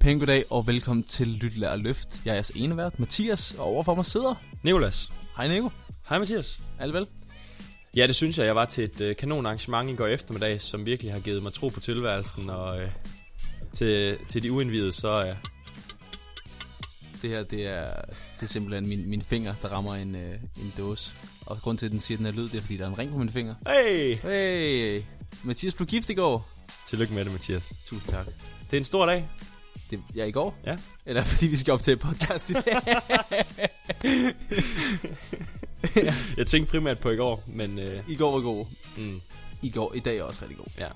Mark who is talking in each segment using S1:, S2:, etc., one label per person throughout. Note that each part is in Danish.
S1: Pæn goddag og velkommen til Lyt Lær og Løft. Jeg er jeres ene vært, Mathias, og overfor mig sidder...
S2: Nikolas.
S1: Hej Nico,
S2: Hej Mathias.
S1: alt vel?
S2: Ja, det synes jeg. Jeg var til et øh, kanon arrangement i går eftermiddag, som virkelig har givet mig tro på tilværelsen. Og øh, til, til de uindvidede, så øh,
S1: Det her, det er, det er simpelthen min, min finger, der rammer en, øh, en dåse. Og grund til, at den siger, at den er lyd, det er, fordi der er en ring på min finger.
S2: hey!
S1: Hey! Mathias blev gift i går.
S2: Tillykke med det, Mathias.
S1: Tusind tak.
S2: Det er en stor dag.
S1: Det er ja, i går?
S2: Ja.
S1: Eller fordi vi skal op til podcast i dag.
S2: Jeg tænkte primært på i går, men øh,
S1: I går var god.
S2: mm,
S1: I går, i dag er også rigtig god.
S2: ja,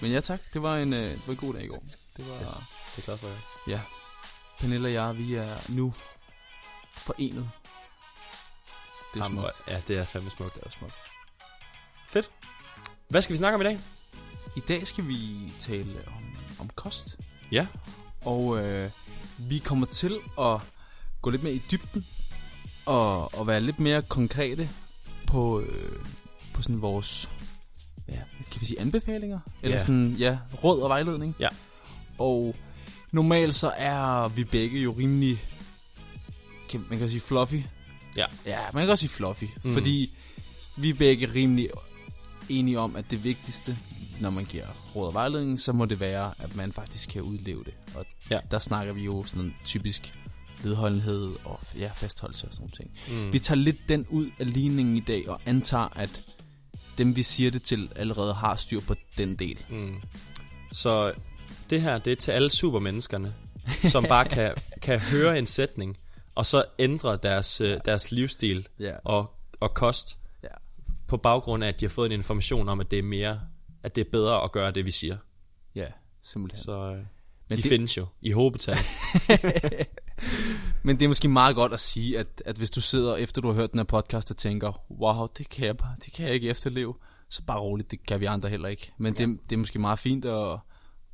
S1: Men ja tak, det var en, øh, det var en god dag i går. Det var...
S2: Fedt. det er glad for jer.
S1: Ja. Pernille og jeg, vi er nu forenet. Det er
S2: Ham-
S1: smukt.
S2: Ja, det er fandme smukt.
S1: Det er smukt.
S2: Fedt. Hvad skal vi snakke om i dag?
S1: I dag skal vi tale om, om kost.
S2: Ja.
S1: Og øh, vi kommer til at gå lidt mere i dybden. Og, og være lidt mere konkrete på, øh, på sådan vores ja, hvad kan vi sige, anbefalinger. Eller
S2: Ja.
S1: sådan, ja, råd og vejledning.
S2: Ja.
S1: Og normalt så er vi begge jo rimelig, kan, man kan sige fluffy.
S2: Ja.
S1: Ja, man kan også sige fluffy. Mm.
S2: Mm.
S1: Fordi vi er begge rimelig enige om, at det vigtigste, når man giver råd og vejledning, så må det være, at man faktisk kan udleve det. Og
S2: Ja.
S1: der snakker vi jo sådan typisk vedholdenhed og ja, fastholdelse og sådan nogle ting.
S2: Mm.
S1: Vi tager lidt den ud af ligningen i dag og antager, at dem vi siger det til allerede har styr på den del.
S2: Mm. Så det her, det er til alle supermenneskerne, som bare kan, kan høre en sætning, og så ændre deres, øh, deres livsstil
S1: Ja.
S2: og, og kost
S1: Ja.
S2: på baggrund af, at de har fået en information om, at det er mere at det er bedre at gøre det, vi siger.
S1: Ja, simpelthen.
S2: Så øh, de
S1: Men
S2: det...
S1: det-
S2: findes jo i hobetal.
S1: Men det er måske meget godt at sige, at, at hvis du sidder efter du har hørt den her podcast og tænker, wow, det kan jeg, bare, det kan jeg ikke efterleve, så bare roligt, det kan vi andre heller ikke. Men ja. det, det er måske meget fint at,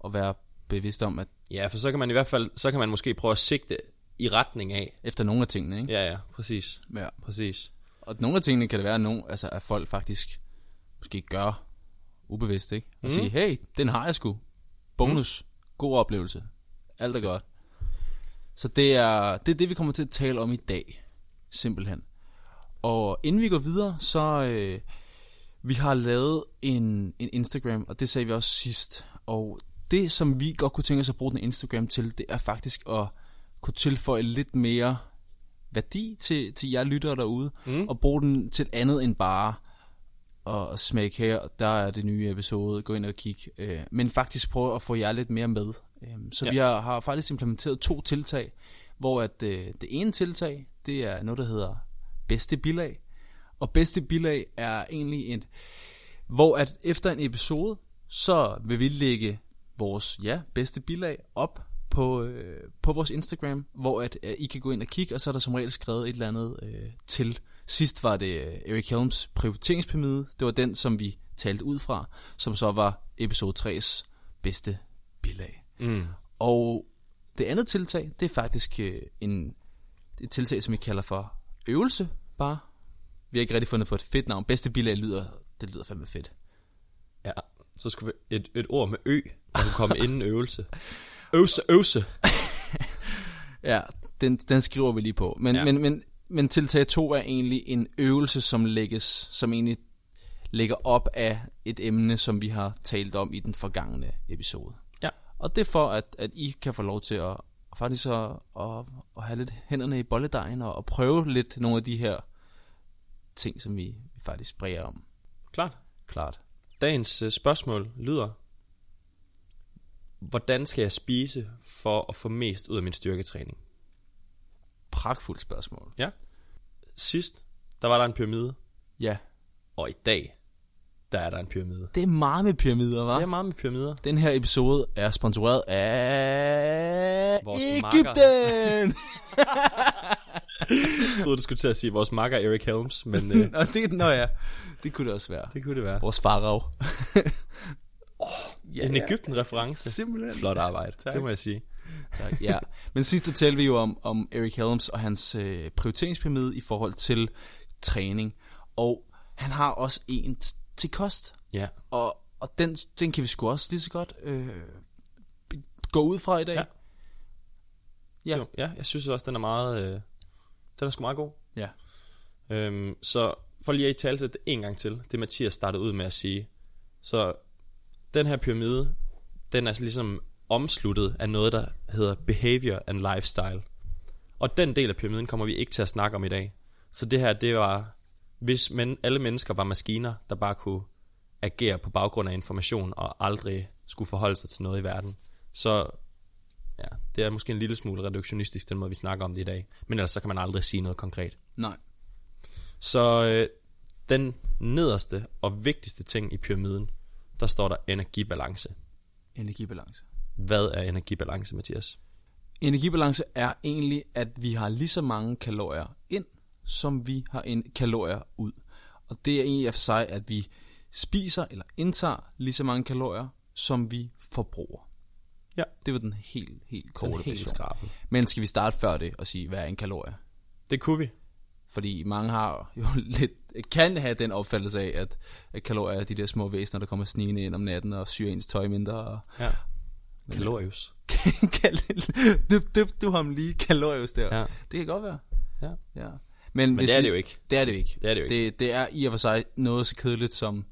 S1: at være bevidst om, at
S2: ja, for så kan man i hvert fald, så kan man måske prøve at sigte i retning af.
S1: efter nogle af tingene, ikke?
S2: Ja, ja, præcis.
S1: Ja.
S2: Præcis.
S1: Og nogle af tingene kan det være, at, nogen, altså, at folk faktisk måske gør ubevidst, ikke? Og mm. sige, hey, den har jeg sgu. Bonus. Mm. God oplevelse. Alt er godt. Så det er, det er det, vi kommer til at tale om i dag. Simpelthen. Og inden vi går videre, så... Øh, vi har lavet en, en Instagram, og det sagde vi også sidst. Og det, som vi godt kunne tænke os at bruge den Instagram til, det er faktisk at kunne tilføje lidt mere værdi til, til jer lyttere derude, mm. og bruge den til andet end bare at smække her, der er det nye episode, gå ind og kig. Øh, men faktisk prøve at få jer lidt mere med. Øh, så ja.
S2: Ja.
S1: vi har, har faktisk implementeret to tiltag, hvor at øh, det ene tiltag, det er noget, der hedder bedste bilag. Og bedste bilag er egentlig et, hvor at efter en episode, så vil vi lægge vores ja, bedste bilag op på, øh, på vores Instagram, hvor at, øh, I kan gå ind og kigge, og så er der som regel skrevet et eller andet øh, til. Sidst var det øh, Eric Helms prioriteringspyramide, det var den, som vi talte ud fra, som så var episode 3's bedste bilag.
S2: Mm.
S1: Og det andet tiltag, det er faktisk øh, en, et tiltag, som vi kalder for øvelse, bare. Vi har ikke rigtig fundet på et fedt navn. Bedste bilag lyder, det lyder fandme fedt.
S2: Ja, så skulle vi et, et ord med ø, der kunne komme inden øvelse. Øvse, øvse.
S1: Ja, den, den skriver vi lige på. Men, ja.
S2: Ja.
S1: men, men, men tiltag 2 er egentlig en øvelse, som lægges, som egentlig ligger op af et emne, som vi har talt om i den forgangne episode.
S2: Ja.
S1: Og det er for, at, at I kan få lov til at faktisk at, at, at have lidt hænderne i bolledejen og, og prøve lidt nogle af de her ting, som vi faktisk spreger om.
S2: Klart.
S1: Klart.
S2: Dagens øh, spørgsmål lyder, hvordan skal jeg spise for at få mest ud af min styrketræning?
S1: Pragtfuldt spørgsmål.
S2: Ja. Sidst, der var der en pyramide,
S1: Ja.
S2: og i dag, der er der en pyramide.
S1: Det er meget med pyramider, hva'?
S2: Det er meget med pyramider.
S1: Den her episode er sponsoreret af
S2: Vores
S1: Ægypten!
S2: Jeg troede, du skulle til at sige vores makker Erik Helms, men øh,
S1: nå, det, nå ja, det kunne det også være.
S2: det kunne det være.
S1: Vores farao.
S2: Ja, en Ægypten-reference.
S1: Simpelthen.
S2: Flot arbejde,
S1: Tak.
S2: det må jeg sige.
S1: Tak, ja. Men sidst der talte vi jo om, om Eric Helms og hans øh, prioriteringspyramide i forhold til træning. Og han har også en t- til kost.
S2: Ja,
S1: Og, og den, den kan vi sgu også lige så godt øh, gå ud fra i dag. Ja.
S2: Ja.
S1: Ja.
S2: Det var- ja, jeg synes også, den er meget... Øh, den er sgu meget god.
S1: Ja.
S2: Øhm, så for lige at i tale det en gang til, det Mathias startede ud med at sige. Så den her pyramide, den er ligesom omsluttet af noget, der hedder behavior and lifestyle. Og den del af pyramiden kommer vi ikke til at snakke om i dag. Så det her, det var, hvis men, alle mennesker var maskiner, der bare kunne agere på baggrund af information og aldrig skulle forholde sig til noget i verden. Så ja, det er måske en lille smule reduktionistisk, den måde vi snakker om det i dag. Men ellers så kan man aldrig sige noget konkret.
S1: Nej.
S2: Så øh, den nederste og vigtigste ting i pyramiden, der står der energibalance.
S1: Energibalance.
S2: Hvad er energibalance, Mathias?
S1: Energibalance er egentlig, at vi har lige så mange kalorier ind, som vi har en kalorier ud. Og det er egentlig for sig, at vi spiser eller indtager lige så mange kalorier, som vi forbruger.
S2: Ja.
S1: Det var den helt, helt korte
S2: Den helt
S1: version.
S2: skrabet.
S1: Men skal vi starte før det og sige, hvad er en kalorie?
S2: Det kunne vi.
S1: Fordi mange har jo lidt, kan have den opfattelse af, at at kalorier er de der små væsener, der kommer snigende ind om natten og syrer ens tøj mindre. Og
S2: Ja. Kalorius.
S1: du, du, du ham lige kalorius der.
S2: Ja.
S1: Det kan godt være.
S2: Ja.
S1: ja. Men,
S2: Men
S1: hvis
S2: det er
S1: vi-
S2: det jo ikke.
S1: Det er det jo ikke.
S2: Det er det jo ikke.
S1: Det, det er i og for sig noget så kedeligt som,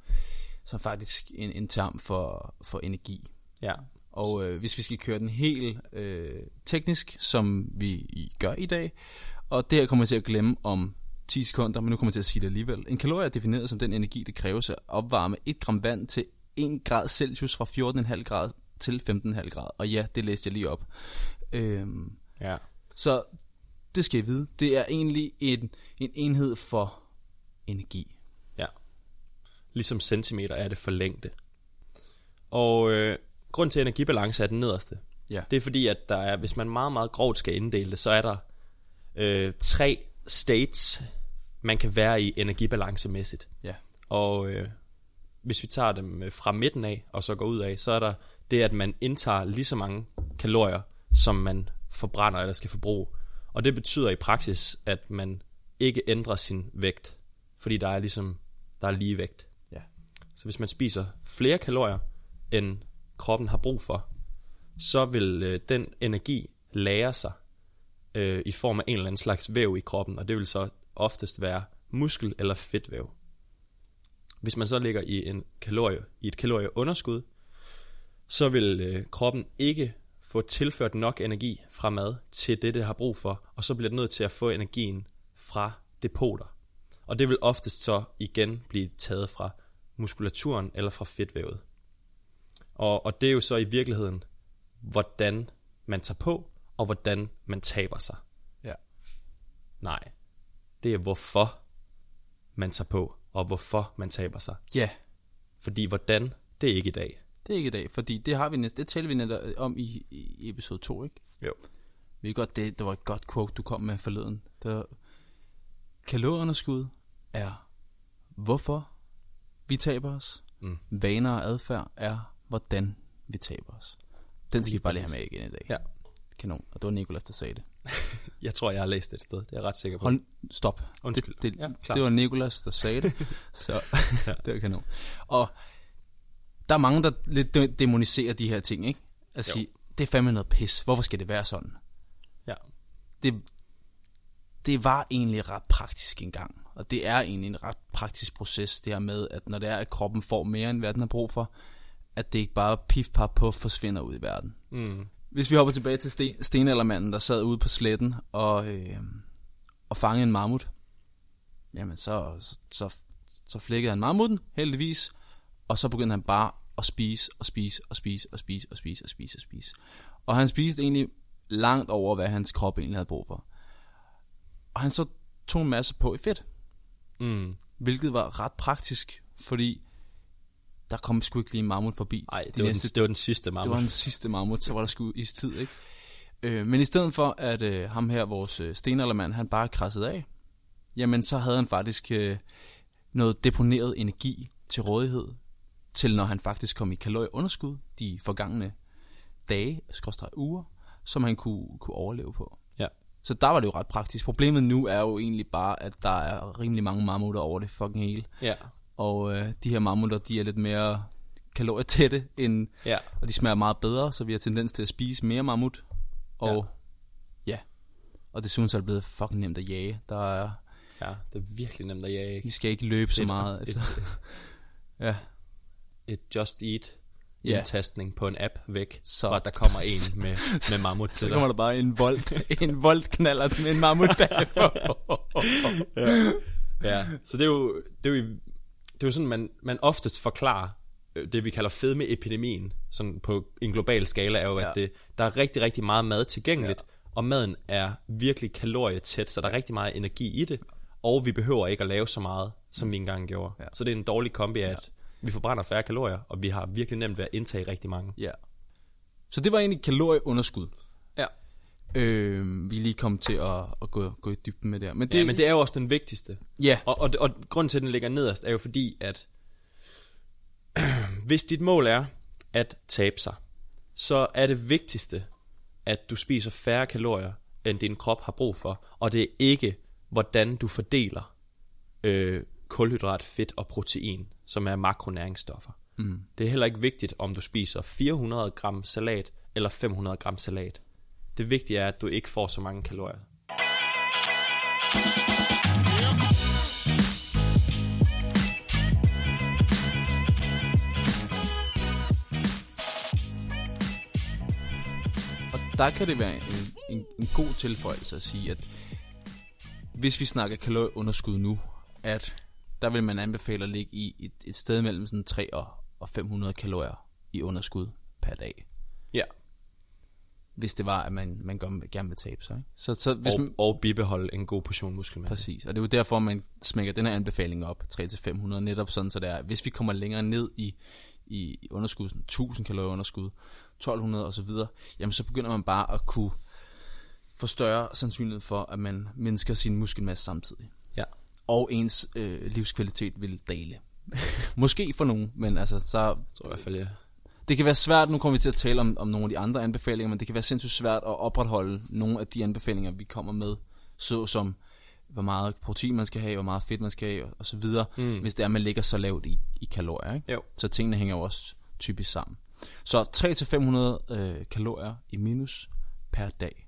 S1: som faktisk en, en term for, for energi.
S2: Ja.
S1: Og øh, hvis vi skal køre den helt øh, teknisk, som vi i- gør i dag, og det her kommer jeg til at glemme om 10 sekunder, men nu kommer jeg til at sige det alligevel. En kalorie er defineret som den energi, det kræves at opvarme 1 gram vand til 1 grad Celsius fra 14,5 grad til 15,5 grad. Og ja, det læste jeg lige op. Øhm,
S2: Ja.
S1: så det skal I vide. Det er egentlig en, en enhed for energi.
S2: Ja. Ligesom centimeter er det for længde. Og øh, grund til, at energibalance er den nederste,
S1: Ja.
S2: det er fordi, at der er, hvis man meget, meget grovt skal inddele det, så er der øh, tre states, man kan være i energibalancemæssigt.
S1: Ja.
S2: Og øh, hvis vi tager dem øh, fra midten af og så går ud af, så er der det, at man indtager lige så mange kalorier, som man forbrænder eller skal forbruge. Og det betyder i praksis, at man ikke ændrer sin vægt, fordi der er ligesom der er ligevægt.
S1: Ja.
S2: Så hvis man spiser flere kalorier, end kroppen har brug for, så vil øh, den energi lære sig øh, i form af en eller anden slags væv i kroppen, og det vil så oftest være muskel- eller fedtvæv. Hvis man så ligger i, en kalorie, i et kalorieunderskud, så vil øh, kroppen ikke få tilført nok energi fra mad til det, det har brug for, og så bliver det nødt til at få energien fra depoter. Og det vil oftest så igen blive taget fra muskulaturen eller fra fedtvævet. Og, og det er jo så i virkeligheden, hvordan man tager på, og hvordan man taber sig.
S1: Ja.
S2: Nej, det er hvorfor man tager på, og hvorfor man taber sig.
S1: Ja,
S2: Fordi hvordan, det er ikke i dag.
S1: det er ikke i dag, fordi det har vi næste, det taler vi netop øh, om i, i episode 2, ikke?
S2: Jo.
S1: Vi kan godt, det, det var et godt quote, du kom med forleden. Der, kalorieunderskud er, hvorfor vi taber os.
S2: Mm.
S1: Vaner og adfærd er, hvordan vi taber os. Den skal vi bare lige have med igen i dag.
S2: Ja.
S1: Kanon. Og det var Nikolas, der sagde det.
S2: Jeg tror, jeg har læst det et sted. Det er jeg ret sikker på.
S1: Hold, stop.
S2: Undskyld.
S1: Det, det,
S2: Ja,
S1: ja,
S2: klar.
S1: det var Nikolas, der sagde det, så det var kanon. Og der er mange, der lidt de- demoniserer de her ting, ikke? At
S2: Jo.
S1: sige, det er fandme noget pis. Hvorfor skal det være sådan?
S2: Ja.
S1: Det, det var egentlig ret praktisk engang. Og det er egentlig en ret praktisk proces, det her med, at når det er, at kroppen får mere, end hvad den har brug for, at det ikke bare pif pap puff forsvinder ud i verden.
S2: Mm.
S1: Hvis vi hopper tilbage til sten, stenaldermanden, der sad ude på sletten og, øh, og fangede en mammut, jamen så, så, så, så flækkede han mammuten, heldigvis, og så begyndte han bare at spise og spise og spise og spise og spise og spise og spise. Og han spiste egentlig langt over, hvad hans krop egentlig havde brug for. Og han så tog en masse på i fedt,
S2: Mm.
S1: hvilket var ret praktisk, fordi der kom sgu ikke lige en mammut forbi.
S2: Ej, det,
S1: de
S2: var
S1: næste
S2: den, det var den sidste mammut.
S1: det var den sidste mammut, så var der sgu istid, ikke? Øh, men i stedet for, at øh, ham her, vores øh, stenaldermand, han bare krassede af, jamen så havde han faktisk øh, noget deponeret energi til rådighed, til når han faktisk kom i kalorieunderskud de forgangne dage, skråstreg uger, som han kunne, kunne overleve på.
S2: Ja.
S1: Så der var det jo ret praktisk. Problemet nu er jo egentlig bare, at der er rimelig mange mammutter over det fucking hele.
S2: Ja.
S1: Og øh, de her mammutter, de er lidt mere kalorietætte end
S2: Ja.
S1: og de smager meget bedre, så vi har tendens til at spise mere mammut. Og ja, Og desuden så er det blevet fucking nemt at jage. Der er,
S2: Ja, det er virkelig nemt at jage.
S1: vi
S2: Ikke?
S1: skal ikke løbe så
S2: Et-
S1: meget.
S2: et-
S1: Altså. Ja.
S2: Et Just Eat
S1: Ja.
S2: indtastning på en app væk,
S1: Så-
S2: så. fra at der kommer en med, med mammut
S1: Så
S2: til dig.
S1: kommer der bare en volt, en volt knaller med en mammut bagfor.
S2: Ja, så det er jo, det er jo, det er jo sådan, man, man oftest forklarer øh, det, vi kalder fedmeepidemien, sådan på en global skala, er jo, ja.
S1: Ja.
S2: at det, der er rigtig, rigtig meget mad tilgængeligt, ja. og maden er virkelig kalorietæt, så der er rigtig meget energi i det, og vi behøver ikke at lave så meget, som vi engang gjorde. Ja. Så det er en dårlig kombi af, at vi forbrænder færre kalorier, og vi har virkelig nemt ved at indtage rigtig mange.
S1: ja. Så det var egentlig kalorieunderskud.
S2: Ja.
S1: Øh, vi er lige kom til at, at gå, gå i dybden med det her. Men det,
S2: ja, men det er jo også den vigtigste.
S1: ja,
S2: Og, og, og grunden til, at den ligger nederst, er jo fordi, at hvis dit mål er at tabe sig, så er det vigtigste, at du spiser færre kalorier, end din krop har brug for, og det er ikke, hvordan du fordeler øh, kulhydrat, fedt og protein, som er makronæringsstoffer. Mm. Det er heller ikke vigtigt, om du spiser 400 gram salat eller 500 gram salat. Det vigtige er, at du ikke får så mange kalorier.
S1: Og der kan det være en, en, en god tilføjelse at sige, at hvis vi snakker kalorieunderskud nu, at der vil man anbefale at ligge i et, et sted mellem sådan 3 og, og 500 kalorier i underskud per dag.
S2: Ja,
S1: Hvis det var, at man, man gør- gerne vil tabe sig. Ikke? Så, så hvis man,
S2: og, og bibeholde en god portion muskelmasse.
S1: Præcis, og det er jo derfor, man smækker den her anbefaling op, 3-500, netop sådan, så det er, hvis vi kommer længere ned i, i underskud, sådan 1000 kalorier underskud, 1200 osv., jamen så begynder man bare at kunne få større sandsynlighed for, at man mindsker sin muskelmasse samtidig.
S2: Ja.
S1: Og ens øh, livskvalitet vil dale. Måske for nogen, men altså, så,
S2: tror jeg i hvert fald, ja.
S1: det kan være svært, nu kommer vi til at tale om, om nogle af de andre anbefalinger, men det kan være sindssygt svært at opretholde nogle af de anbefalinger, vi kommer med, såsom hvor meget protein man skal have, hvor meget fedt man skal have, og, og så videre, mm. hvis det er, at man ligger så lavt i, i kalorier. Ikke?
S2: Jo.
S1: Så tingene hænger jo også typisk sammen. Så 300-500 øh, kalorier i minus per dag.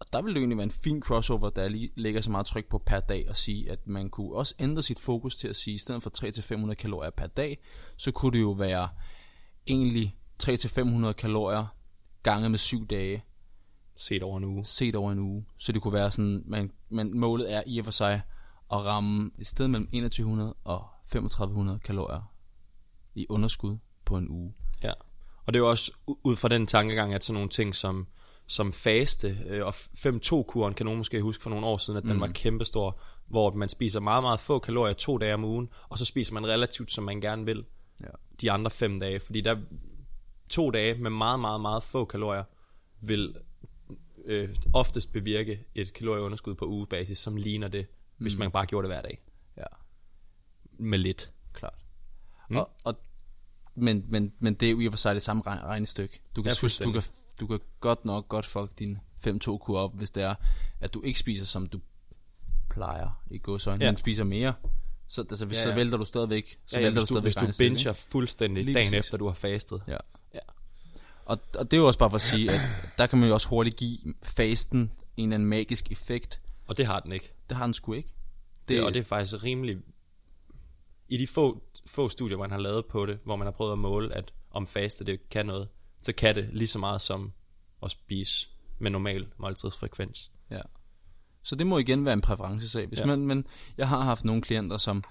S1: Og der ville det egentlig være en fin crossover, der lige lægger så meget tryk på per dag, og sige, at man kunne også ændre sit fokus til at sige, i stedet for 300-500 kalorier per dag, så kunne det jo være egentlig 300-500 kalorier gange med syv dage,
S2: set over en uge.
S1: set over en uge. Så det kunne være sådan, man, man, målet er i og for sig at ramme et sted mellem 2100 og 3500 kalorier i underskud på en uge.
S2: Ja. Og det er jo også u- ud fra den tankegang, at sådan nogle ting som, som faste øh, og 5-2-kuren, kan nogen måske huske for nogle år siden, at den mm. var kæmpestor, hvor man spiser meget, meget få kalorier to dage om ugen, og så spiser man relativt, som man gerne vil,
S1: Ja.
S2: de andre fem dage. Fordi der to dage med meget, meget, meget få kalorier vil øh, oftest bevirke et kalorieunderskud på ugebasis, som ligner det, mm. hvis man bare gjorde det hver dag.
S1: Ja.
S2: Med lidt.
S1: klart. Mm. Og, og, men, men, men det er jo i og for sig det samme regn- regnestykke. Du kan,
S2: Ja,
S1: synes, du
S2: fuldstændig.
S1: kan, du kan godt nok godt fuck din 5-2-kur op, hvis det er, at du ikke spiser, som du plejer i godsøjne, ja.
S2: Ja.
S1: men spiser mere. Så, altså, hvis, ja,
S2: Ja,
S1: ja.
S2: ja.
S1: så vælter du stadigvæk, så
S2: Ja, ja,
S1: vælter
S2: hvis du, hvis
S1: stadigvæk
S2: du
S1: regnestykket,
S2: binger fuldstændig
S1: Lige
S2: Lige dagen
S1: præcis.
S2: efter, du har fastet.
S1: ikke? Ja.
S2: Ja.
S1: Og, og det er jo også bare for at sige, at der kan man jo også hurtigt give fasten en eller anden magisk effekt.
S2: Og det har den ikke.
S1: Det har den sgu ikke.
S2: Det, og det er faktisk rimelig... I de få, få studier, man har lavet på det, hvor man har prøvet at måle, at om faste det kan noget, så kan det lige så meget som at spise med normal måltidsfrekvens.
S1: Ja. Så det må igen være en præferencesag. Hvis ja.
S2: Ja.
S1: man, men jeg har haft nogle klienter, som,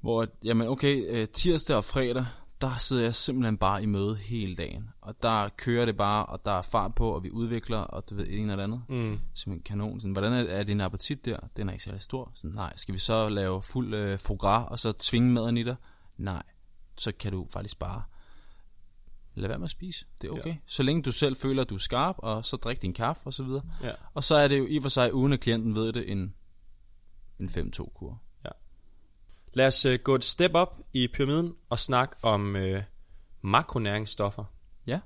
S1: hvor, at, jamen okay, øh, tirsdag og fredag, der sidder jeg simpelthen bare i møde hele dagen. Og der kører det bare, og der er fart på, og vi udvikler, og du ved, en eller andet. Mm. Simpelthen kanon. Sådan, hvordan er, er din appetit der? Den er ikke særlig stor. Sådan, nej, skal vi så lave fuld øh, foie gras, og så tvinge maden i dig? Nej, så kan du faktisk bare lad være med at spise. Det er okay. Ja. Så længe du selv føler, at du er skarp, og så drik din kaffe, og så videre.
S2: Ja.
S1: Og så er det jo i og for sig, uden at klienten ved det, en, en 5-2-kur.
S2: Lad os øh, gå et step op i pyramiden og snakke om øh, makronæringsstoffer.
S1: Ja.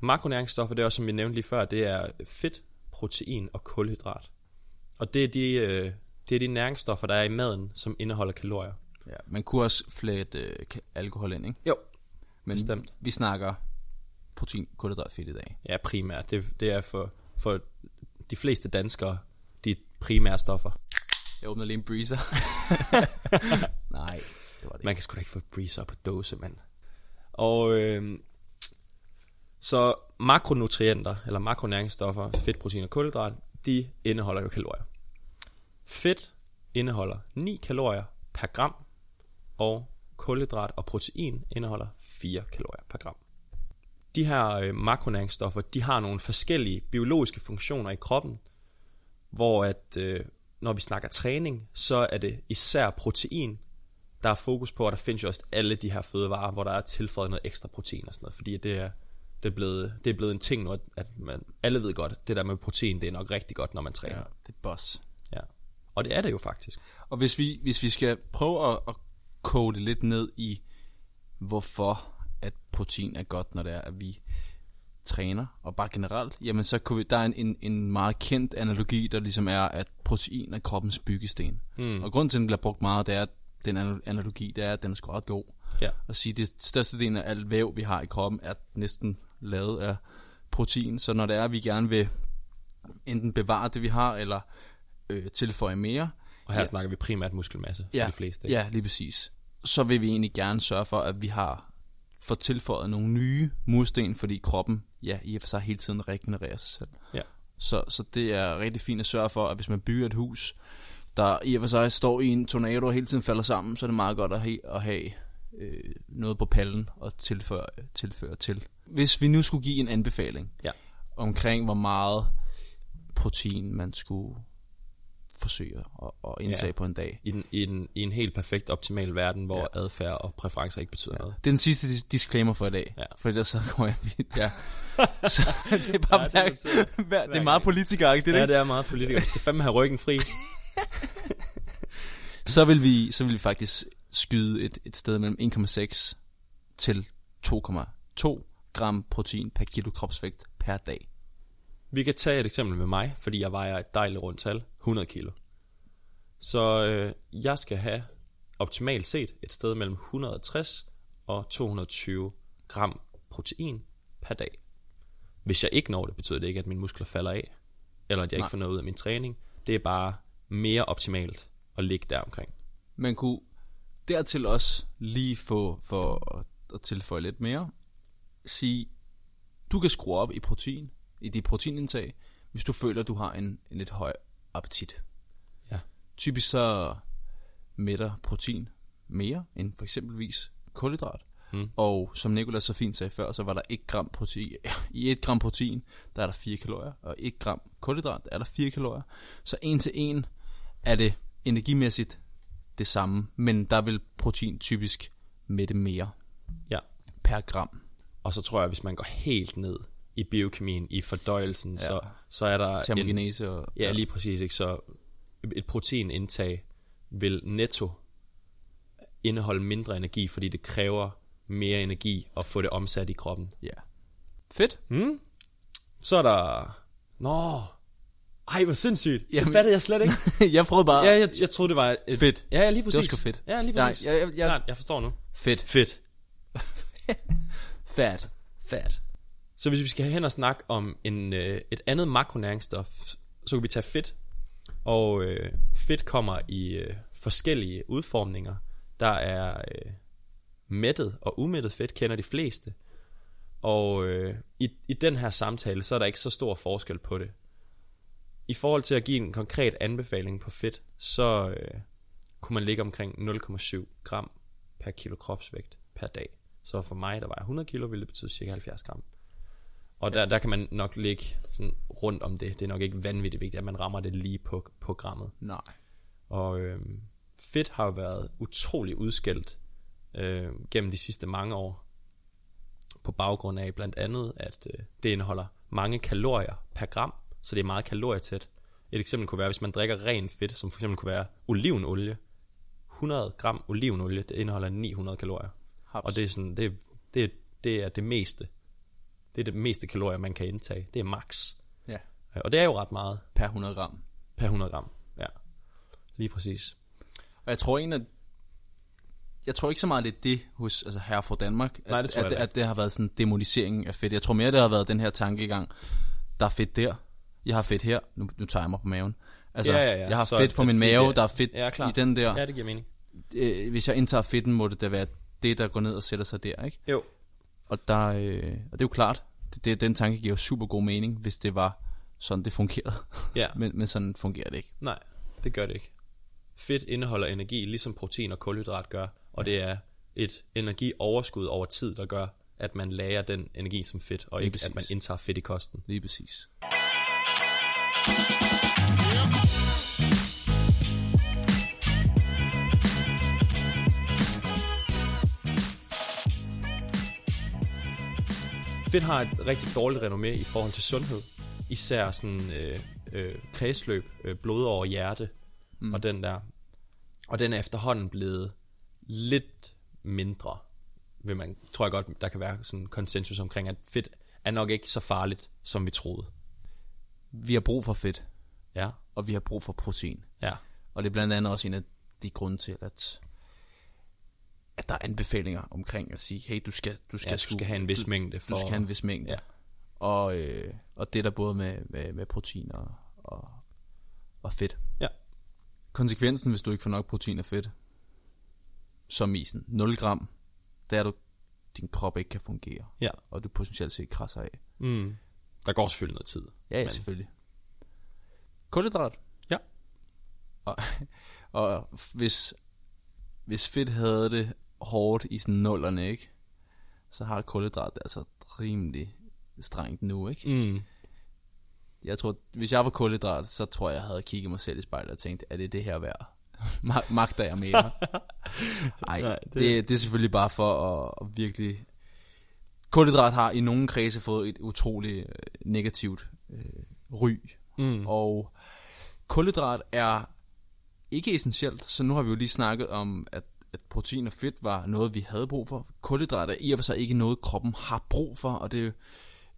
S2: Makronæringsstoffer, det er også, som vi nævnte lige før, det er fedt, protein og kulhydrat. Og det er de, øh, det er de næringsstoffer, der er i maden, som indeholder kalorier.
S1: ja. Man kunne også flette øh, ka- alkohol ind, ikke?
S2: Jo.
S1: Men
S2: Bestemt.
S1: vi snakker protein, kulhydrat, fedt i dag.
S2: Ja, primært. Det, det er for, for de fleste danskere dit primære stoffer.
S1: Jeg åbner lige en breezer. Nej, det var det
S2: Man kan sgu da ikke få breezer på dåse, mand. Og øh, så makronutrienter, eller makronæringsstoffer, fedt, protein og kulhydrat, de indeholder jo kalorier. Fedt indeholder 9 kalorier per gram, og kulhydrat og protein indeholder 4 kalorier per gram. De her øh, makronæringsstoffer, de har nogle forskellige biologiske funktioner i kroppen, hvor at, øh, når vi snakker træning, så er det især protein, der er fokus på, og der findes jo også alle de her fødevarer, hvor der er tilføjet noget ekstra protein og sådan noget, fordi det er, det er, blevet, det er blevet en ting nu, at- at man, alle ved godt, det der med protein, det er nok rigtig godt, når man
S1: ikke.
S2: træner.
S1: Ja, det er boss.
S2: Ja. ja. Og det er det jo faktisk.
S1: Og hvis vi, hvis vi skal prøve at, at kode det lidt ned i, hvorfor at protein er godt, når det er, at vi træner, og bare generelt, jamen så kunne vi, der er en, en, en meget kendt analogi, der ligesom er, at protein er kroppens byggesten. Mm. Og grunden til, at den bliver brugt meget, det er, at den anal- analogi, det er, at den er sgu ret god.
S2: Ja.
S1: At sige, at det største del af alt væv, vi har i kroppen, er næsten lavet af protein. Så når det er, at vi gerne vil enten bevare det, vi har, eller øh, tilføje mere,
S2: Og her ja. snakker vi primært muskelmasse for ja. de fleste. Ikke?
S1: Ja, lige præcis. Så vil vi egentlig gerne sørge for, at vi har får tilføjet nogle nye mursten, fordi kroppen ja, i og for sig hele tiden regenererer sig selv.
S2: Ja.
S1: Så, så det er rigtig fint at sørge for, at hvis man bygger et hus, der i og for sig står i en tornado og hele tiden falder sammen, så er det meget godt at, he- at have øh, noget på pallen og tilføre, tilføre til. Hvis vi nu skulle give en anbefaling
S2: Ja.
S1: omkring, hvor meget protein man skulle forsøge at, at indtage
S2: Ja.
S1: på en dag,
S2: I, den, i, den, I en helt perfekt optimal verden, hvor ja. adfærd og præferencer ikke betyder ja. noget.
S1: Det er den sidste dis- disclaimer for i dag.
S2: Ja.
S1: For ellers så kommer jeg vidt. Ja. Så det er bare
S2: Ja, det
S1: hver,
S2: er noteret.
S1: hver, det er meget politikeragtigt,
S2: Det, ja,
S1: ikke?
S2: det er meget politikere. Vi skal fandme have ryggen fri.
S1: Så, vil vi, så vil vi faktisk skyde et, et sted mellem 1,6 til 2,2 gram protein per kilo kropsvægt per dag.
S2: Vi kan tage et eksempel med mig, fordi jeg vejer et dejligt rundt tal, 100 kilo. Så øh, jeg skal have optimalt set et sted mellem 160 og 220 gram protein per dag. Hvis jeg ikke når det, betyder det ikke, at mine muskler falder af, eller at jeg ikke
S1: Nej.
S2: får noget ud af min træning. Det er bare mere optimalt at ligge der omkring.
S1: Man kunne dertil også lige få for at, at tilføje lidt mere, sige, du kan skrue op i protein, i dit proteinindtag, hvis du føler, du har en, en lidt høj appetit.
S2: Ja.
S1: Typisk så mætter protein mere end for eksempelvis kulhydrat. Mm. Og som Nicolas så fint sagde før, så var der 1 gram protein. I 1 gram protein, der er der 4 kalorier, og 1 gram kulhydrat, der er der 4 kalorier. Så en til en er det energimæssigt det samme, men der vil protein typisk mætte mere
S2: Ja.
S1: per gram.
S2: Og så tror jeg, at hvis man går helt ned i biokemien, i fordøjelsen, ja. så, så er der en
S1: Termogenese og...
S2: Ja, lige præcis. Ikke? Så et proteinindtag vil netto indeholde mindre energi, fordi det kræver mere energi at få det omsat i kroppen.
S1: ja. Fedt.
S2: Hmm? Så er der... Nå! Ej, hvor sindssygt.
S1: Jamen-
S2: Det fattede jeg slet ikke.
S1: jeg prøvede bare...
S2: Ja, jeg, jeg troede, det var... Et...
S1: Fedt.
S2: Ja, ja, lige præcis.
S1: sgu fedt.
S2: Ja, lige
S1: Nej,
S2: præcis.
S1: jeg- jeg- jeg-
S2: Klart, jeg forstår nu.
S1: Fedt.
S2: Fedt.
S1: Fat.
S2: Fat. Så hvis vi skal hen og snakke om en, øh, et andet makronæringsstof, så kan vi tage fedt. Og øh, fedt kommer i øh, forskellige udformninger. Der er øh, mættet og umættet fedt, kender de fleste. Og øh, i, i den her samtale, så er der ikke så stor forskel på det. I forhold til at give en konkret anbefaling på fedt, så øh, kunne man ligge omkring 0,7 gram per kilo kropsvægt per dag. Så for mig, der vejer 100 kilo, ville det betyde cirka 70 gram. Og der, der kan man nok ligge sådan rundt om det. Det er nok ikke vanvittigt vigtigt, at man rammer det lige på, på grammet.
S1: Nej.
S2: Og øh, fedt har jo været utrolig udskældt øh, gennem de sidste mange år. På baggrund af blandt andet, at øh, det indeholder mange kalorier per gram, så det er meget kalorietæt. Et eksempel kunne være, hvis man drikker ren fedt, som for eksempel kunne være olivenolie. 100 gram olivenolie, det indeholder 900 kalorier.
S1: Haps.
S2: Og det er, sådan, det, det, det er det meste. Det er det meste kalorier, man kan indtage. Det er max.
S1: Ja.
S2: Og det er jo ret meget
S1: Per 100 gram.
S2: per 100 gram. Ja, lige præcis.
S1: Og jeg tror en af... Jeg tror ikke så meget, det er det hos altså her fra Danmark, at,
S2: Nej, det tror jeg
S1: at,
S2: heller
S1: at, det har været sådan en demonisering af fedt. Jeg tror mere, det har været den her tankegang, der er fedt der. jeg har fedt her, nu, nu tager jeg mig på maven. Altså,
S2: Ja, ja, ja.
S1: jeg har
S2: Så
S1: fedt på
S2: at
S1: min
S2: fedt
S1: mave,
S2: er-
S1: der er fedt
S2: Ja, klar.
S1: i den der.
S2: Ja, det giver mening.
S1: Øh, hvis jeg indtager fedten, må det da være det, der går ned og sætter sig der, ikke?
S2: Jo.
S1: Og, der, øh, og det er jo klart, det, det, den tanke giver jo super god mening, hvis det var sådan, det fungerede.
S2: Ja.
S1: men, men sådan fungerer det ikke.
S2: Nej, det gør det ikke. Fedt indeholder energi, ligesom protein og kulhydrat gør, og det er et energioverskud over tid, der gør, at man lærer den energi som fedt, og ikke
S1: præcis.
S2: at man indtager fedt i kosten.
S1: Lige præcis.
S2: Fedt har et rigtig dårligt renommé i forhold til sundhed, især sådan øh, øh, kredsløb, øh, blod over hjerte mm. og den der. Og den er efterhånden blevet lidt mindre, vil man, tror jeg godt, der kan være sådan konsensus omkring, at fedt er nok ikke så farligt, som vi troede.
S1: Vi har brug for fedt,
S2: Ja,
S1: og vi har brug for protein.
S2: ja.
S1: Og det er blandt andet også en af de grunde til, at, at der er anbefalinger omkring at sige, hey, du skal, du skal,
S2: Ja, du skal have en vis mængde for...
S1: du skal have en vis mængde.
S2: Ja.
S1: Og, øh, og det er der både med, med, med protein og, og, og fedt.
S2: Ja.
S1: Konsekvensen, hvis du ikke får nok protein og fedt, som isen, 0 gram, der er du, din krop ikke kan fungere,
S2: ja.
S1: og du potentielt set krasser af.
S2: Mm. Der går selvfølgelig noget tid.
S1: Ja, ja
S2: Men-
S1: selvfølgelig. Kulhydrat.
S2: Ja.
S1: Og, og hvis, hvis fedt havde det hårdt i sådan nullerne, ikke? Så har kulhydrat det altså rimelig strengt nu, ikke?
S2: Mm.
S1: Jeg tror, hvis jeg var kulhydrat, så tror jeg, jeg havde kigget mig selv i spejlet og tænkt, er det det her værd? Ma- Magter jeg mere? Ej, Nej,
S2: Nej,
S1: det...
S2: det-
S1: Det, det er selvfølgelig bare for at, at virkelig... Kulhydrat har i nogle kredse fået et utroligt øh, negativt øh, ry,
S2: Mm.
S1: og kulhydrat er ikke essentielt, så nu har vi jo lige snakket om, at, at protein og fedt var noget, vi havde brug for. Kulhydrat er i og for sig ikke noget, kroppen har brug for, og det er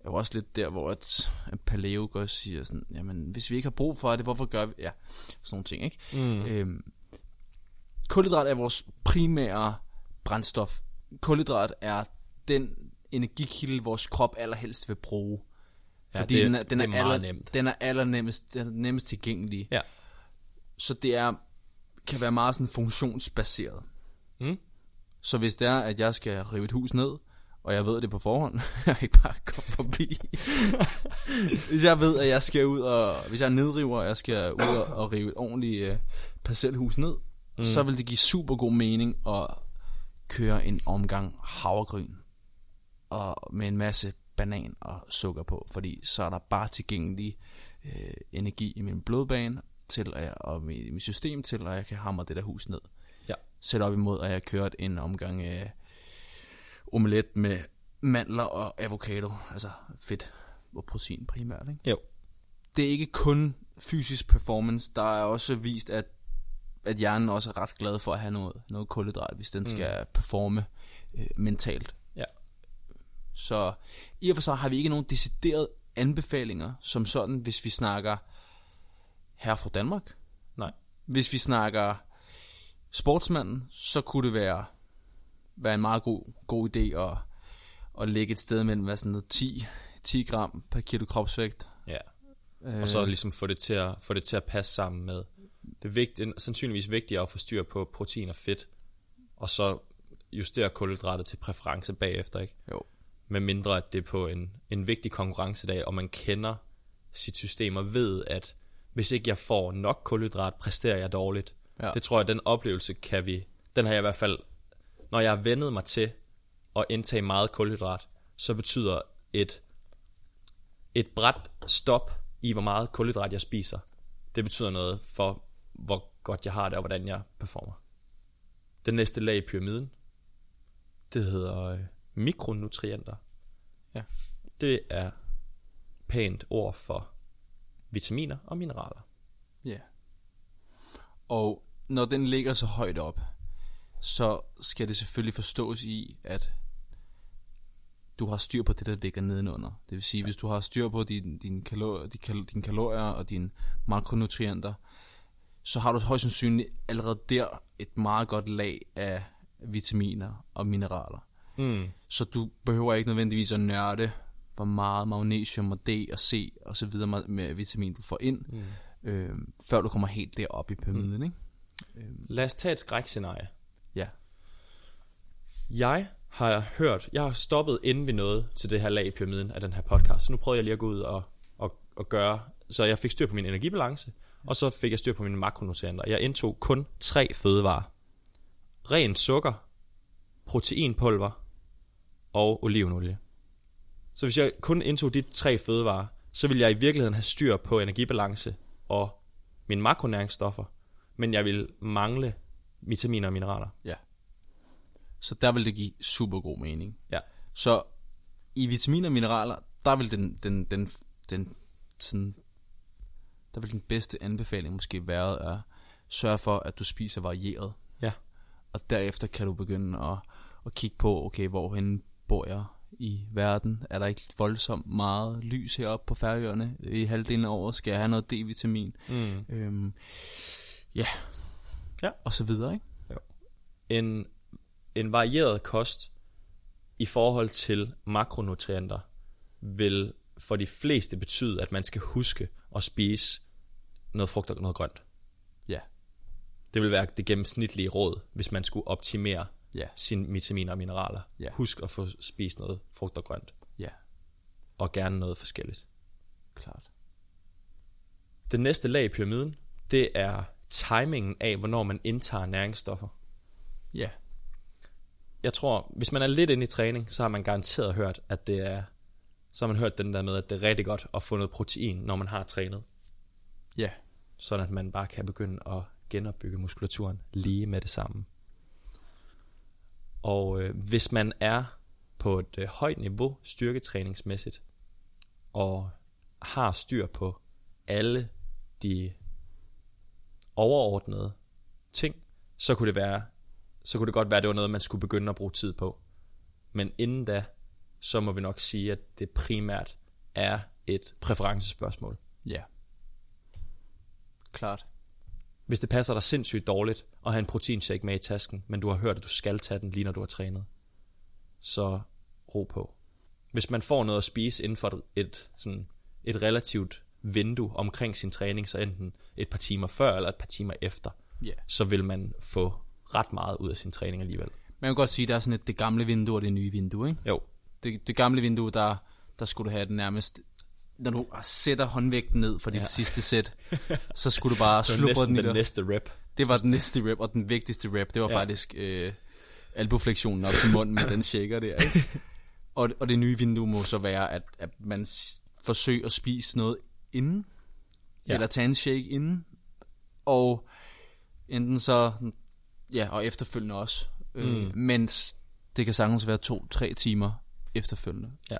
S1: jo også lidt der, hvor at, at paleo godt siger sådan, jamen hvis vi ikke har brug for det, hvorfor gør vi... Ja, sådan nogle ting, ikke?
S2: Mm.
S1: Øhm, kulhydrat er vores primære brændstof. Kulhydrat er den energikilde, vores krop allerhelst vil bruge.
S2: Ja,
S1: Fordi
S2: det-
S1: den er, den
S2: det er meget
S1: aller,
S2: nemt.
S1: Den er allernemmest, den er nemmest tilgængelig.
S2: Ja.
S1: Så det er, kan være meget sådan funktionsbaseret.
S2: Mm.
S1: Så hvis det er, at jeg skal rive et hus ned, og jeg ved det på forhånd, jeg ikke bare går forbi. hvis jeg ved, at jeg skal ud og... Hvis jeg er nedriver, og jeg skal ud og, og rive et ordentligt øh, parcelhus ned, mm. så vil det give super god mening at køre en omgang havregryn og med en masse banan og sukker på, fordi så er der bare tilgængelig øh, energi i min blodbane til at, og mit, mit system til, at jeg kan hamre det der hus ned.
S2: Ja.
S1: Sæt op imod, at jeg kørte en omgang øh, omelet med mandler og avocado, altså fedt og protein primært. Ikke?
S2: Jo.
S1: Det er ikke kun fysisk performance, der er også vist, at, at hjernen også er ret glad for at have noget, noget kulhydrat, hvis den skal performe øh, mentalt.
S2: Ja.
S1: Så i og for sig har vi ikke nogen deciderede anbefalinger, som sådan, hvis vi snakker her fra Danmark.
S2: Nej.
S1: Hvis vi snakker sportsmanden, så kunne det være, være en meget god, god idé at, at lægge et sted mellem hvad sådan noget, 10, 10 gram per kilo kropsvægt.
S2: Ja. Og
S1: Øh.
S2: så ligesom få det til at, få det til at passe sammen med... Det er vigt, en- sandsynligvis vigtigere at få styr på protein og fedt, og så justere kulhydrater til præference bagefter, ikke?
S1: Jo.
S2: Med mindre at det er på en, en vigtig konkurrencedag, og man kender sit system og ved, at hvis ikke jeg får nok kulhydrat, præsterer jeg dårligt.
S1: Ja.
S2: Det tror jeg, den oplevelse kan vi... Den har jeg i hvert fald... Når jeg har vendet mig til at indtage meget kulhydrat, så betyder et, et bræt stop i, hvor meget kulhydrat jeg spiser. Det betyder noget for, hvor godt jeg har det, og hvordan jeg performer. Den næste lag i pyramiden, det hedder øh, mikronutrienter.
S1: Ja.
S2: Det er pænt ord for vitaminer og mineraler.
S1: Ja. Og når den ligger så højt op, så skal det selvfølgelig forstås i, at du har styr på det, der ligger nedenunder. Det vil sige, hvis du har styr på din, din kalorier, din, kal- dine kalorier og dine makronutrienter, så har du højst sandsynligt allerede der et meget godt lag af vitaminer og mineraler.
S2: Mm.
S1: Så du behøver ikke nødvendigvis at nørde, hvor meget magnesium og D og C og så videre med- med vitamin, du får ind, mm. øh, før du kommer helt derop i pyramiden, mm. ikke?
S2: Lad os tage et skrækscenarie.
S1: Ja.
S2: Jeg har hørt, jeg har stoppet inden vi nåede til det her lag i pyramiden af den her podcast, så nu prøvede jeg lige at gå ud og, og, og gøre, så jeg fik styr på min energibalance, og så fik jeg styr på mine makronutrienter. Jeg indtog kun tre fødevarer. Ren sukker, proteinpulver og olivenolie. Så hvis jeg kun indtog de tre fødevarer, så ville jeg i virkeligheden have styr på energibalance og mine makronæringsstoffer, men jeg ville mangle vitaminer og mineraler.
S1: Ja. Så der vil det give super god mening.
S2: Ja.
S1: Så i vitaminer og mineraler, der vil den, den, den, den, sådan, der vil den bedste anbefaling måske være at sørge for, at du spiser varieret.
S2: Ja.
S1: Og derefter kan du begynde at, at kigge på, okay, hvorhen bor jeg i verden? Er der ikke voldsomt meget lys heroppe på færøerne i halvdelen af året? Skal jeg have noget D-vitamin?
S2: Mm.
S1: Øhm, ja.
S2: Ja.
S1: Og så videre, ikke?
S2: En, en varieret kost i forhold til makronutrienter vil for de fleste betyde, at man skal huske at spise noget frugt og noget grønt.
S1: Ja.
S2: Det vil være det gennemsnitlige råd, hvis man skulle optimere
S1: Ja.
S2: sine vitaminer og mineraler.
S1: Ja.
S2: Husk at få spist noget frugt og grønt,
S1: Ja.
S2: og gerne noget forskelligt.
S1: Klart.
S2: Det næste lag i pyramiden, det er timingen af, hvornår man indtager næringsstoffer.
S1: Ja.
S2: Jeg tror, hvis man er lidt inde i træning, så har man garanteret hørt, at det er... Så har man hørt den der med, at det er rigtig godt at få noget protein, når man har trænet.
S1: Ja.
S2: Sådan at man bare kan begynde at genopbygge muskulaturen lige med det samme. Og øh, hvis man er på et øh, højt niveau styrketræningsmæssigt, og har styr på alle de overordnede ting, så kunne det være, så kunne det godt være, at det var noget, man skulle begynde at bruge tid på. Men inden da, så må vi nok sige, at det primært er et præferencespørgsmål.
S1: Ja. Klart.
S2: Hvis det passer dig sindssygt dårligt at have en proteinshake med i tasken, men du har hørt, at du skal tage den lige når du har trænet, så ro på. Hvis man får noget at spise inden for et- et, sådan, et relativt vindue omkring sin træning, så enten et par timer før eller et par timer efter,
S1: Ja.
S2: så vil man få ret meget ud af sin træning alligevel.
S1: Man kan godt sige, at der er sådan et det gamle vindue og det nye vindue, ikke?
S2: Jo,
S1: Det, det gamle vindue, der, der skulle du have det nærmest... Når du sætter håndvægten ned for dit ja. sidste sæt, så skulle du bare
S2: det var
S1: slubre
S2: næsten
S1: den i
S2: den
S1: det.
S2: næste rep.
S1: Det var den næste rep, og den vigtigste rep, det var ja. faktisk øh, albuflektionen op til munden med den shaker der, ikke? Og, og det nye vindue må så være, at, at man s- forsøger at spise noget inden,
S2: Ja.
S1: ja. eller tage en shake inden, og enten så, ja, og efterfølgende også. Mm. Men s- det kan sagtens være to-tre timer efterfølgende.
S2: Ja.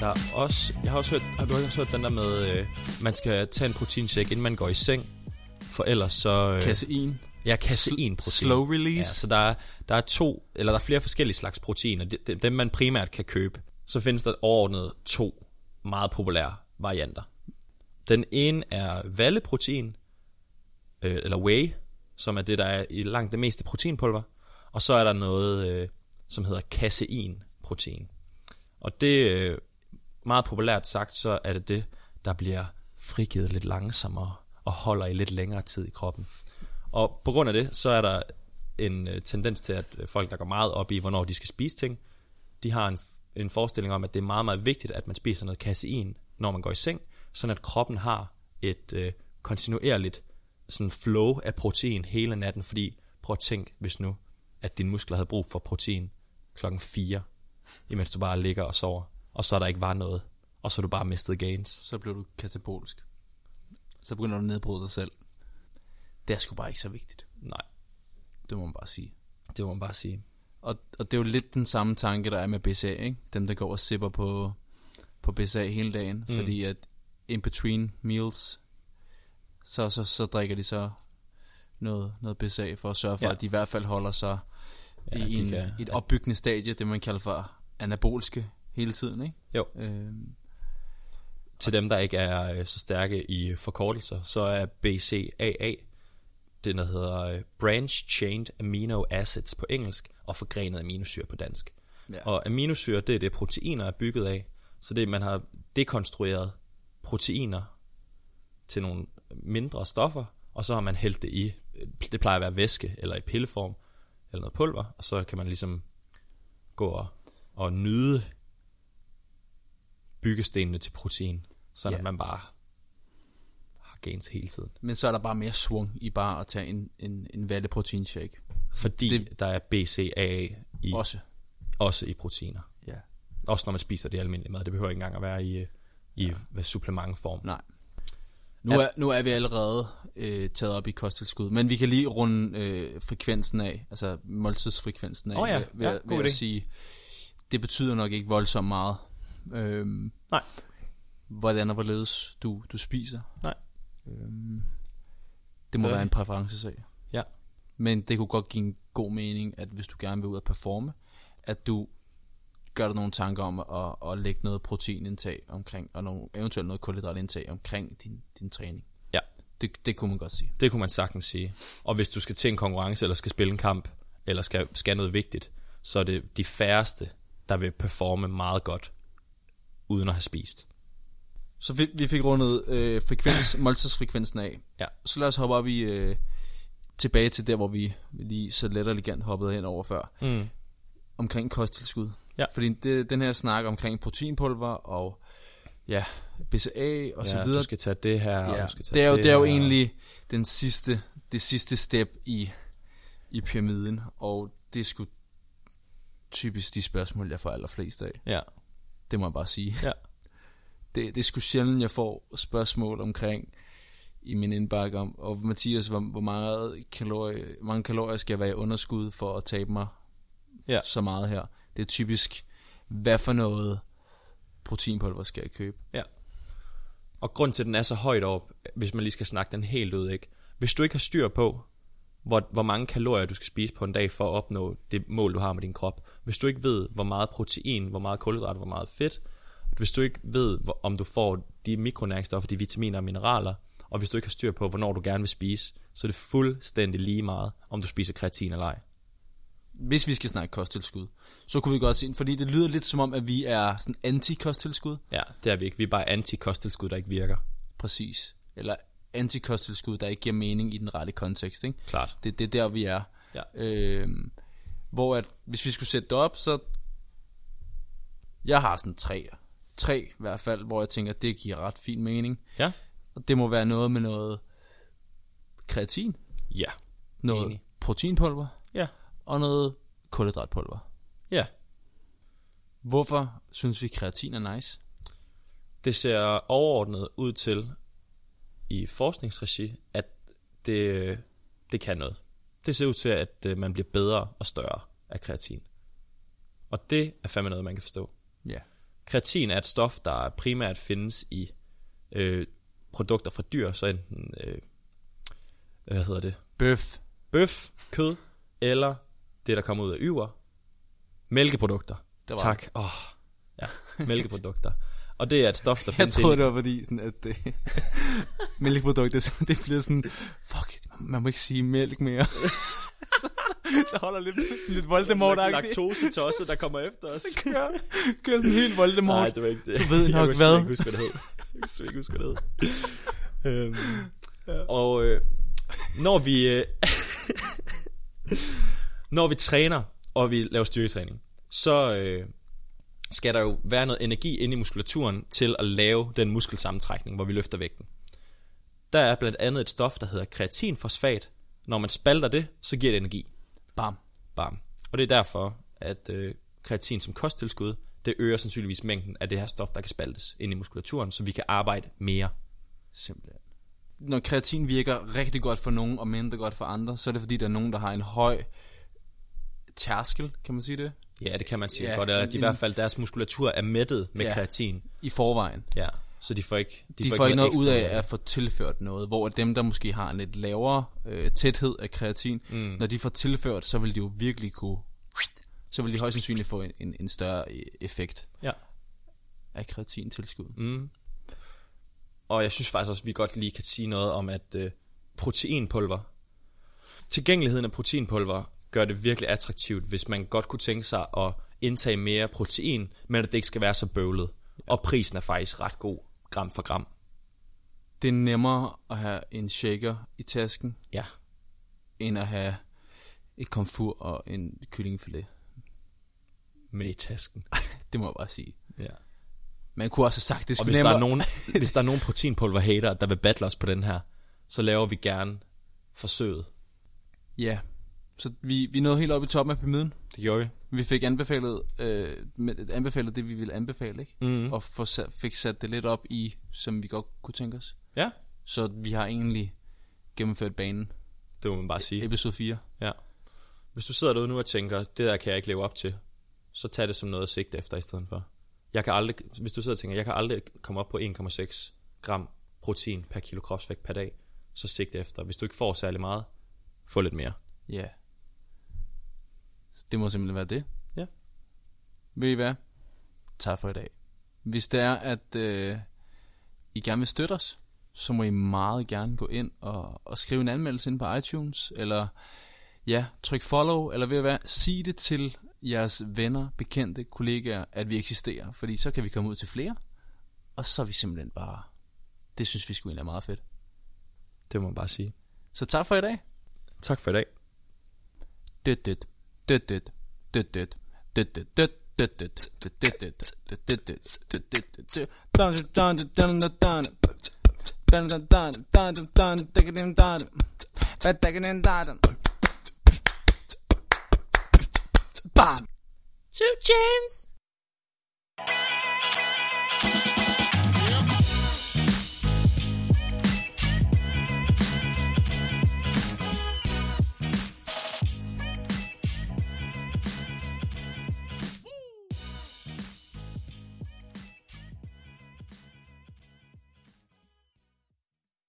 S2: Der er også, jeg har også hørt, har du ikke også hørt den der med, øh, man skal tage en proteinshake, inden man går i seng, for ellers så... Øh,
S1: Casein,
S2: ja, kaseinprotein.
S1: slow
S2: Ja,
S1: release.
S2: så der er, der er to, eller der er flere forskellige slags proteiner. De- de- Dem, man primært kan købe. Så findes der overordnet to meget populære varianter. Den ene er valleprotein, øh, eller whey, som er det, der er i langt det meste proteinpulver. Og så er der noget, øh, som hedder kaseinprotein. Og det, øh, meget populært sagt, så er det det, der bliver frigivet lidt langsommere og holder i lidt længere tid i kroppen. Og på grund af det, så er der en øh, tendens til, at øh, folk, der går meget op i, hvornår de skal spise ting, de har en, en forestilling om, at det er meget, meget vigtigt, at man spiser noget kasein, når man går i seng, sådan at kroppen har et øh, kontinuerligt sådan flow af protein hele natten, fordi prøv at tænk, hvis nu, at dine muskler havde brug for protein klokken 4, imens du bare ligger og sover, og så der ikke var noget, og så du bare mistet gains.
S1: så blev du katabolisk. Så begynder du at nedbryde dig selv. Det er sgu bare ikke så vigtigt.
S2: Nej,
S1: Det må man bare sige.
S2: det må man bare sige.
S1: Og, og det er jo lidt den samme tanke, der er med BCA, ikke? Dem, der går og sipper på, på BCA hele dagen, mm. fordi at in between meals, så, så, så drikker de så noget, noget BCA for at sørge for,
S2: Ja.
S1: ja. at de i hvert fald holder sig ja,
S2: de
S1: i en,
S2: kan-
S1: kan, et opbyggende stadie, det man kalder for anabolske hele tiden, ikke?
S2: Jo.
S1: Øhm,
S2: Til dem, der ikke er øh, så stærke i forkortelser, så er BCAA det, der hedder øh, Branch Chained Amino Acids på engelsk, og forgrenede aminosyre på dansk.
S1: Ja.
S2: Og aminosyre, det er det, proteiner er bygget af. Så det, man har dekonstrueret proteiner til nogle mindre stoffer, og så har man hældt det i, øh, det plejer at være væske, eller i pilleform, eller noget pulver, og så kan man ligesom gå og, og nyde byggestenene til protein, så
S1: Ja.
S2: at man bare har gains hele tiden.
S1: Men så er der bare mere swung i bare at tage en, en, en valle protein shake.
S2: Fordi det, der er BCAA i, også.
S1: Også.
S2: også i proteiner.
S1: Ja.
S2: Også når man spiser det almindelige mad. Det behøver ikke engang at være i, øh, i ja. supplementform.
S1: Nej. Nu er, nu er vi allerede øh, taget op i kosttilskud, men vi kan lige runde øh, frekvensen af, altså måltidsfrekvensen af,
S2: Åh ja,
S1: ved, ved,
S2: ja,
S1: at-
S2: god
S1: ved
S2: idé.
S1: at sige, det betyder nok ikke voldsomt meget, øhm,
S2: Nej.
S1: hvordan og hvorledes du, du spiser.
S2: Nej.
S1: Øhm, det må
S2: Det er
S1: være en
S2: det.
S1: præferencesag.
S2: Ja.
S1: Men det kunne godt give en god mening, at hvis du gerne vil ud og performe, at du gør dig nogle tanker om at, at lægge noget proteinindtag omkring, og nogle, eventuelt noget kulhydratindtag omkring din, din træning.
S2: Ja.
S1: Det, det kunne man godt sige.
S2: Det kunne man sagtens sige. Og hvis du skal til en konkurrence, eller skal spille en kamp, eller skal, skal noget vigtigt, så er det de færreste, der vil performe meget godt, uden at have spist.
S1: Så vi, vi fik rundet øh, frekvens, måltidsfrekvensen af.
S2: Ja.
S1: Så lad os hoppe op i, øh, tilbage til der, hvor vi lige så let og elegant hoppede hen over før.
S2: Mm.
S1: omkring kosttilskud.
S2: Ja.
S1: Fordi det, den her snak omkring proteinpulver og ja, BCA og så
S2: ja,
S1: videre.
S2: Du skal tage det her, og
S1: ja,
S2: du skal tage
S1: det er jo, det er jo
S2: her.
S1: egentlig den sidste, det sidste step i, i pyramiden, og det er sgu typisk de spørgsmål, jeg får allerflest af.
S2: Ja.
S1: Det må jeg bare sige.
S2: Ja.
S1: Det, det er sgu sjældent, jeg får spørgsmål omkring i min indbakke om, og Mathias, hvor, hvor meget kalorie, mange kalorier skal jeg være i underskud for at tabe mig
S2: Ja.
S1: så meget her. Det er typisk, hvad for noget proteinpulver skal jeg købe?
S2: Og grund til, at den er så højt op, hvis man lige skal snakke den helt ud, ikke? Hvis du ikke har styr på, hvor, hvor mange kalorier du skal spise på en dag for at opnå det mål, du har med din krop. Hvis du ikke ved, hvor meget protein, hvor meget kulhydrat, hvor meget fedt. Hvis du ikke ved, hvor, om du får de mikronæringsstoffer, de vitaminer og mineraler. Og hvis du ikke har styr på, hvornår du gerne vil spise, så er det fuldstændig lige meget, om du spiser kreatin eller ej.
S1: Hvis vi skal snakke kosttilskud, så kunne vi godt sige, fordi det lyder lidt som om, at vi er sådan anti-kosttilskud.
S2: Ja, det er vi ikke. Vi er bare anti-kosttilskud, der ikke virker.
S1: Præcis. Eller anti-kosttilskud, der ikke giver mening i den rette kontekst. Ikke?
S2: Klart.
S1: Det, det er der, vi er.
S2: Ja.
S1: Øhm, hvor at, hvis vi skulle sætte det op, så... Jeg har sådan tre. Tre i hvert fald, hvor jeg tænker, det giver ret fin mening.
S2: Ja?
S1: Og det må være noget med noget kreatin,
S2: Ja.
S1: noget
S2: Enig.
S1: proteinpulver
S2: Ja.
S1: og noget kulhydratpulver.
S2: Ja.
S1: Hvorfor synes vi, kreatin er nice?
S2: det ser overordnet ud til i forskningsregi, at det, det kan noget. Det ser ud til, at øh, man bliver bedre og større af kreatin. Og det er fandme noget, man kan forstå.
S1: Ja.
S2: Kreatin er et stof, der primært findes i øh, produkter fra dyr, så enten, øh, hvad hedder det,
S1: Bøf.
S2: bøf, kød, eller det, der kommer ud af yver, mælkeprodukter.
S1: Der var
S2: tak. Åh, ja, mælkeprodukter. Og det er et stof, der
S1: Jeg
S2: findes
S1: troede, det var fordi, sådan, at det, mælkeprodukter, så det bliver sådan, fuck, it, man må ikke sige mælk mere. så, så holder lidt, sådan lidt voldemort
S2: laktosetosset, der kommer efter os.
S1: Så kører, kører sådan helt Voldemort.
S2: Nej, det var ikke det.
S1: Du ved nok
S2: jeg
S1: hvad.
S2: Jeg huske, hvad det hed. Jeg kan slet ikke huske, hvad det hed. øhm, Og øh, når vi... Øh, når vi træner, og vi laver styrketræning, så øh, skal der jo være noget energi inde i muskulaturen til at lave den muskelsammentrækning, hvor vi løfter vægten. Der er blandt andet et stof, der hedder kreatinfosfat. Når man spalter det, så giver det energi.
S1: Bam.
S2: Bam. Og det er derfor, at øh, kreatin som kosttilskud, det øger sandsynligvis mængden af det her stof, der kan spaltes ind i muskulaturen, så vi kan arbejde mere.
S1: Simpelthen. Når kreatin virker rigtig godt for nogen og mindre godt for andre, så er det fordi, der er nogen, der har en høj tærskel, kan man sige det,
S2: Ja, det kan man sige
S1: Ja,
S2: ja, godt. Eller at
S1: en-
S2: i hvert fald deres muskulatur er mættet med
S1: Ja.
S2: ja. kreatin.
S1: i forvejen.
S2: Ja, så de får ikke,
S1: De, får ikke noget ud af at få tilført noget, hvor dem, der måske har en lidt lavere øh, tæthed af kreatin, mm. når de får tilført, så vil de jo virkelig kunne, så vil de højst sandsynligt få en, en, en større øh, effekt
S2: Ja.
S1: af kreatintilskud.
S2: Mm. Og jeg synes faktisk også, at vi godt lige kan sige noget om, at øh, proteinpulver, tilgængeligheden af proteinpulver gør det virkelig attraktivt, hvis man godt kunne tænke sig at indtage mere protein, men at det ikke skal være så bøvlet. Og prisen er faktisk ret god, gram for gram.
S1: Det er nemmere at have en shaker i tasken,
S2: Ja.
S1: end at have et komfur og en kyllingefilet.
S2: Med i tasken.
S1: Det må jeg bare sige.
S2: Ja.
S1: Man kunne også have sagt, det
S2: Og
S1: skulle
S2: hvis der,
S1: nemmere...
S2: er nogen, hvis der er nogen proteinpulver-hater, der vil battle os på den her, så laver vi gerne forsøget.
S1: Ja, så vi, vi nåede helt op i toppen af pyramiden.
S2: Det gjorde vi.
S1: Vi fik anbefalet, øh, med, anbefalet det, vi ville anbefale, ikke?
S2: Mm.
S1: Og få sat, fik sat det lidt op i, som vi godt kunne tænke os.
S2: Ja,
S1: Så vi har egentlig gennemført banen.
S2: det må man bare sige.
S1: Episode 4.
S2: Ja. Hvis du sidder derude nu og tænker, det der kan jeg ikke leve op til, så tag det som noget at sigte efter i stedet for. Jeg kan aldrig, hvis du sidder og tænker, jeg kan aldrig komme op på 1,6 gram protein per kilo kropsvægt per dag, så sigt efter. Hvis du ikke får særlig meget, få lidt mere.
S1: Ja. Så det må simpelthen være det.
S2: Ja.
S1: Ved I hvad? Tak for i dag. Hvis det er, at øh, I gerne vil støtte os, så må I meget gerne gå ind og, og skrive en anmeldelse ind på iTunes, eller ja, tryk follow, eller ved at være, sig det til jeres venner, bekendte, kollegaer, at vi eksisterer, fordi så kan vi komme ud til flere, og så er vi simpelthen bare, det synes vi skulle egentlig er meget fedt.
S2: Det må man bare sige.
S1: Så tak for i dag.
S2: Tak for i dag.
S1: Dødt, dødt, dødt, dødt, dødt, dødt, dødt, dødt, dødt, dødt, dødt, dødt, dødt, dødt, dødt, dødt, dødt, dødt. Dun, dun, dun, dun, dun. Dun, dun, dun, dun, dun, dun. Digga, dun, dun. Hvad, digga, dun, dun, dun. Bam.
S3: Shoot, James!